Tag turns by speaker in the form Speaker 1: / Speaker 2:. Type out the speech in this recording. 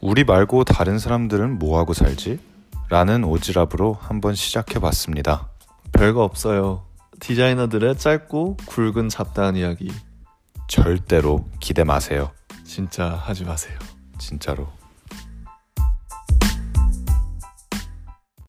Speaker 1: 우리 말고 다른 사람들은 뭐하고 살지? 라는 오지랖으로 한번 시작해봤습니다.
Speaker 2: 별거 없어요. 디자이너들의 짧고 굵은 잡다한 이야기
Speaker 1: 절대로 기대 마세요.
Speaker 2: 진짜 하지 마세요.
Speaker 1: 진짜로.